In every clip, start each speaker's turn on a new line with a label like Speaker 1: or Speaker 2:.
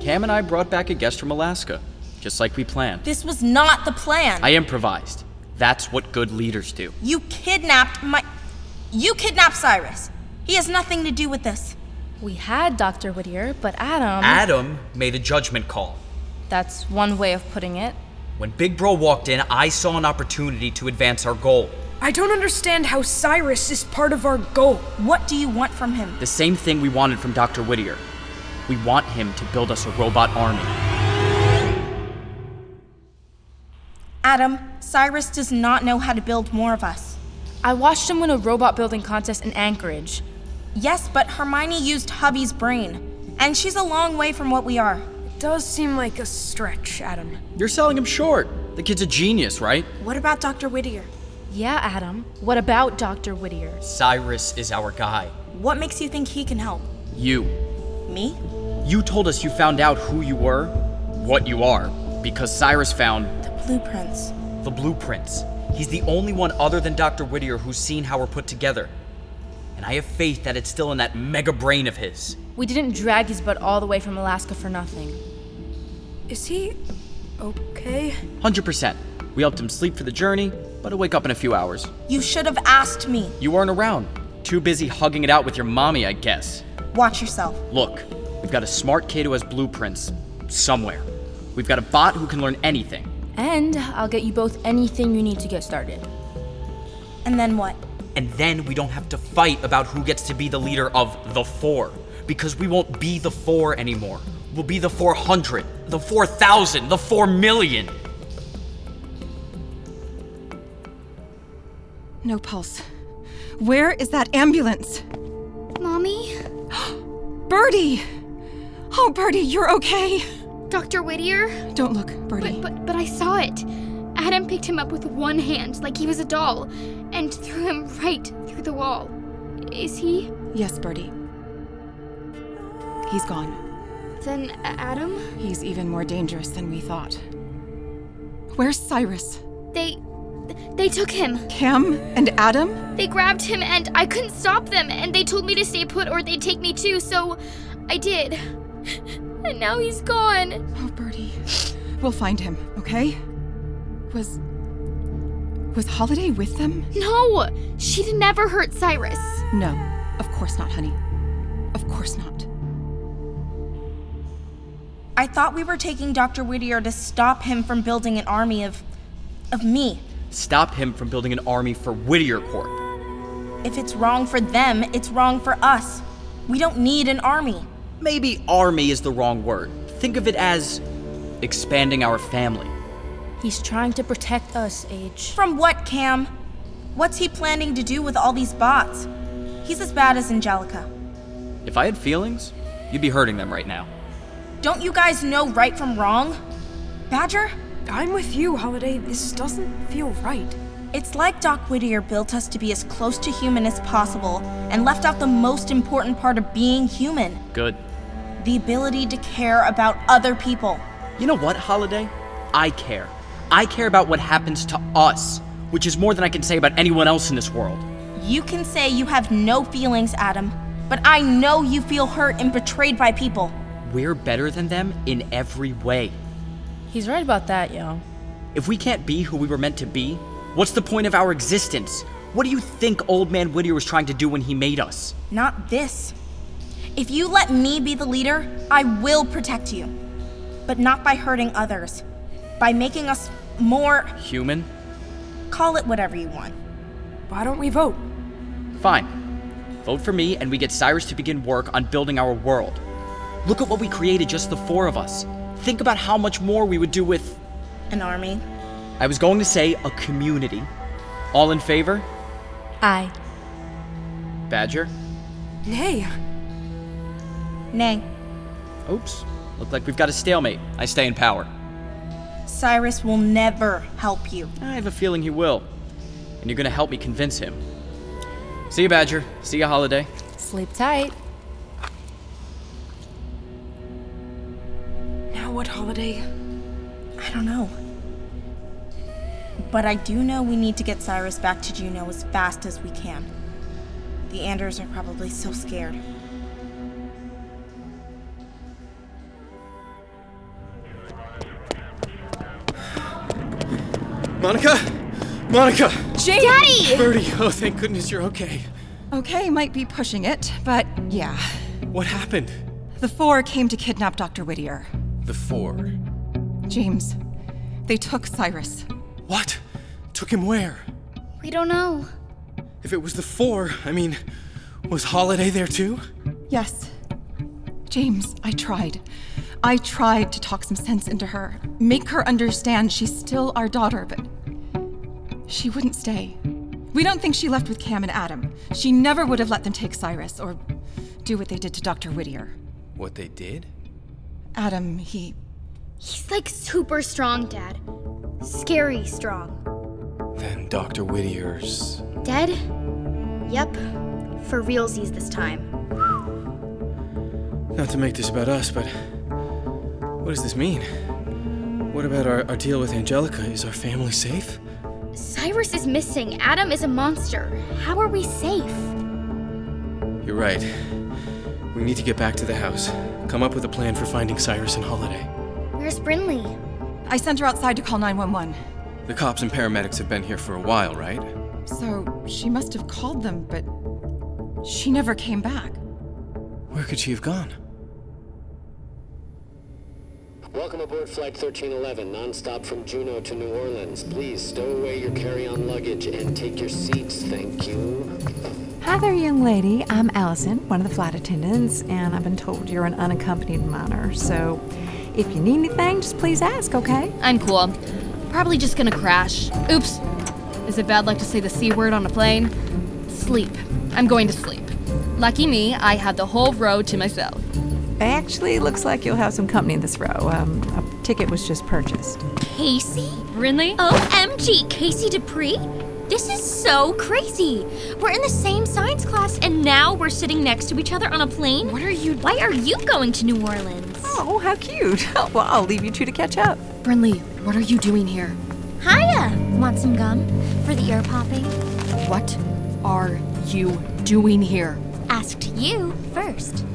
Speaker 1: Cam and I brought back a guest from Alaska, just like we planned.
Speaker 2: This was not the plan.
Speaker 1: I improvised. That's what good leaders do.
Speaker 2: You kidnapped my. You kidnapped Cyrus. He has nothing to do with this.
Speaker 3: We had Dr. Whittier, but Adam.
Speaker 1: Adam made a judgment call.
Speaker 3: That's one way of putting it.
Speaker 1: When Big Bro walked in, I saw an opportunity to advance our goal.
Speaker 4: I don't understand how Cyrus is part of our goal.
Speaker 2: What do you want from him?
Speaker 1: The same thing we wanted from Dr. Whittier. We want him to build us a robot army.
Speaker 2: Adam, Cyrus does not know how to build more of us.
Speaker 3: I watched him win a robot building contest in Anchorage.
Speaker 2: Yes, but Hermione used Hubby's brain, and she's a long way from what we are.
Speaker 4: It does seem like a stretch, Adam.
Speaker 1: You're selling him short. The kid's a genius, right?
Speaker 4: What about Dr. Whittier?
Speaker 3: Yeah, Adam. What about Dr. Whittier?
Speaker 1: Cyrus is our guy.
Speaker 2: What makes you think he can help?
Speaker 1: You.
Speaker 2: Me?
Speaker 1: You told us you found out who you were, what you are, because Cyrus found
Speaker 2: The blueprints.
Speaker 1: the blueprints. He's the only one other than Dr. Whittier who's seen how we're put together. And I have faith that it's still in that mega brain of his.
Speaker 3: We didn't drag his butt all the way from Alaska for nothing.
Speaker 4: Is he okay?
Speaker 1: 100%. We helped him sleep for the journey, but he'll wake up in a few hours.
Speaker 2: You should have asked me.
Speaker 1: You weren't around. Too busy hugging it out with your mommy, I guess.
Speaker 2: Watch yourself.
Speaker 1: Look, we've got a smart kid who has blueprints somewhere. We've got a bot who can learn anything.
Speaker 3: And I'll get you both anything you need to get started.
Speaker 2: And then what?
Speaker 1: And then we don't have to fight about who gets to be the leader of the four. Because we won't be the four anymore. We'll be the 400, the 4,000, the 4 million.
Speaker 5: No pulse. Where is that ambulance?
Speaker 6: Mommy?
Speaker 5: Birdie! Oh, Birdie, you're okay.
Speaker 6: Dr. Whittier?
Speaker 5: Don't look, Birdie.
Speaker 6: But, but, but I saw it. Adam picked him up with one hand, like he was a doll, and threw him right through the wall. Is he?
Speaker 5: yes, Birdie. He's gone.
Speaker 6: Then A- Adam?
Speaker 5: He's even more dangerous than we thought. Where's Cyrus?
Speaker 6: They. They took him.
Speaker 5: Cam and Adam?
Speaker 6: They grabbed him, and I couldn't stop them, and they told me to stay put or they'd take me too, so I did. And now he's gone.
Speaker 5: Oh, Birdie. We'll find him, okay? Was. Was Holiday with them?
Speaker 6: No! She'd never hurt Cyrus.
Speaker 5: No, of course not, honey. Of course not.
Speaker 2: I thought we were taking Dr. Whittier to stop him from building an army of. of me.
Speaker 1: Stop him from building an army for Whittier Corp.
Speaker 2: If it's wrong for them, it's wrong for us. We don't need an army.
Speaker 1: Maybe army is the wrong word. Think of it as expanding our family.
Speaker 3: He's trying to protect us, H.
Speaker 2: From what, Cam? What's he planning to do with all these bots? He's as bad as Angelica.
Speaker 1: If I had feelings, you'd be hurting them right now.
Speaker 2: Don't you guys know right from wrong? Badger?
Speaker 4: I'm with you, Holiday. This doesn't feel right.
Speaker 2: It's like Doc Whittier built us to be as close to human as possible and left out the most important part of being human
Speaker 1: Good.
Speaker 2: the ability to care about other people.
Speaker 1: You know what, Holiday? I care. I care about what happens to us, which is more than I can say about anyone else in this world.
Speaker 2: You can say you have no feelings, Adam, but I know you feel hurt and betrayed by people.
Speaker 1: We're better than them in every way.
Speaker 3: He's right about that, yo.
Speaker 1: If we can't be who we were meant to be, what's the point of our existence? What do you think Old Man Whittier was trying to do when he made us?
Speaker 2: Not this. If you let me be the leader, I will protect you. But not by hurting others. By making us more,
Speaker 1: Human?
Speaker 2: call it whatever you want.
Speaker 4: Why don't we vote?
Speaker 1: Fine. Vote for me, and we get Cyrus to begin work on building our world. Look at what we created, just the four of us. Think about how much more we would do with,
Speaker 2: An army.
Speaker 1: I was going to say, a community. All in favor?
Speaker 3: I.
Speaker 1: Badger?
Speaker 4: Nay.
Speaker 2: Nay,
Speaker 1: Oops. Look like we've got a stalemate. I stay in power.
Speaker 2: Cyrus will never help you.
Speaker 1: I have a feeling he will. And you're gonna help me convince him. See you, Badger. See you, Holiday.
Speaker 3: Sleep tight.
Speaker 4: Now what, Holiday?
Speaker 2: I don't know. But I do know we need to get Cyrus back to Juno as fast as we can. The Anders are probably so scared.
Speaker 7: Monica? Monica!
Speaker 8: Jane!
Speaker 9: Daddy!
Speaker 7: Birdie! Oh, thank goodness you're okay.
Speaker 5: Okay, might be pushing it, but yeah.
Speaker 7: What happened?
Speaker 5: The four came to kidnap Dr. Whittier.
Speaker 7: The four.
Speaker 5: James, they took Cyrus.
Speaker 7: What? Took him where?
Speaker 9: We don't know.
Speaker 7: If it was the four, I mean, was Holiday there too?
Speaker 5: Yes. James, I tried. I tried to talk some sense into her, make her understand she's still our daughter, but she wouldn't stay. We don't think she left with Cam and Adam. She never would have let them take Cyrus or do what they did to Dr. Whittier.
Speaker 7: What they did?
Speaker 5: Adam, he.
Speaker 9: He's like super strong, Dad. Scary strong.
Speaker 7: Then Dr. Whittier's.
Speaker 9: Dead? Yep. For realsies this time.
Speaker 7: Not to make this about us, but what does this mean? What about our, our deal with Angelica? Is our family safe?
Speaker 9: Cyrus is missing. Adam is a monster. How are we safe?
Speaker 7: You're right. We need to get back to the house. Come up with a plan for finding Cyrus and Holiday.
Speaker 9: Where's Brinley?
Speaker 5: I sent her outside to call 911.
Speaker 7: The cops and paramedics have been here for a while, right?
Speaker 5: So she must have called them, but she never came back.
Speaker 7: Where could she have gone?
Speaker 10: Welcome aboard Flight 1311, nonstop from Juneau to New Orleans. Please stow away your carry-on luggage and take your seats. Thank you.
Speaker 4: Hi there, young lady. I'm Allison, one of the flight attendants, and I've been told you're an unaccompanied minor. So if you need anything, just please ask, okay?
Speaker 3: I'm cool. Probably just gonna crash. Oops. Is it bad luck to say the C word on a plane? Sleep. I'm going to sleep. Lucky me, I had the whole row to myself.
Speaker 4: Actually, it looks like you'll have some company this row. Um, a ticket was just purchased.
Speaker 6: Casey?
Speaker 3: Brinley?
Speaker 6: OMG, Casey Dupree? This is so crazy. We're in the same science class and now we're sitting next to each other on a plane? What are you Why are you going to New Orleans?
Speaker 4: Oh, how cute. well, I'll leave you two to catch up.
Speaker 3: Brinley, what are you doing here?
Speaker 6: Hiya! Want some gum? For the ear popping?
Speaker 3: What are you doing here?
Speaker 6: Asked you first.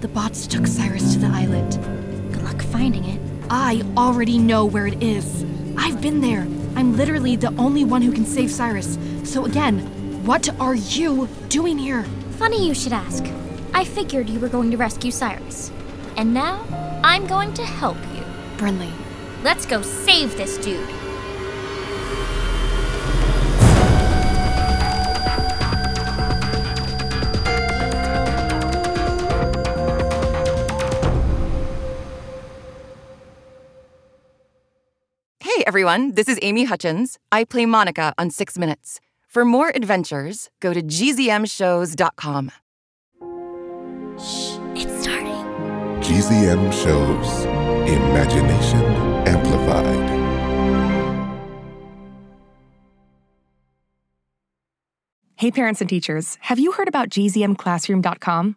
Speaker 3: The bots took Cyrus to the island.
Speaker 6: Good luck finding it.
Speaker 3: I already know where it is. I've been there. I'm literally the only one who can save Cyrus. So again, what are you doing here?
Speaker 6: Funny you should ask. I figured you were going to rescue Cyrus. And now, I'm going to help you.
Speaker 3: Brinley,
Speaker 6: Let's go save this dude.
Speaker 5: Hey everyone, this is Amy Hutchins. I play Monica on 6 Minutes. For more adventures, go to gzmshows.com.
Speaker 6: Shh, it's starting.
Speaker 11: GZM shows Imagination Amplified.
Speaker 12: Hey, parents and teachers, have you heard about gzmclassroom.com?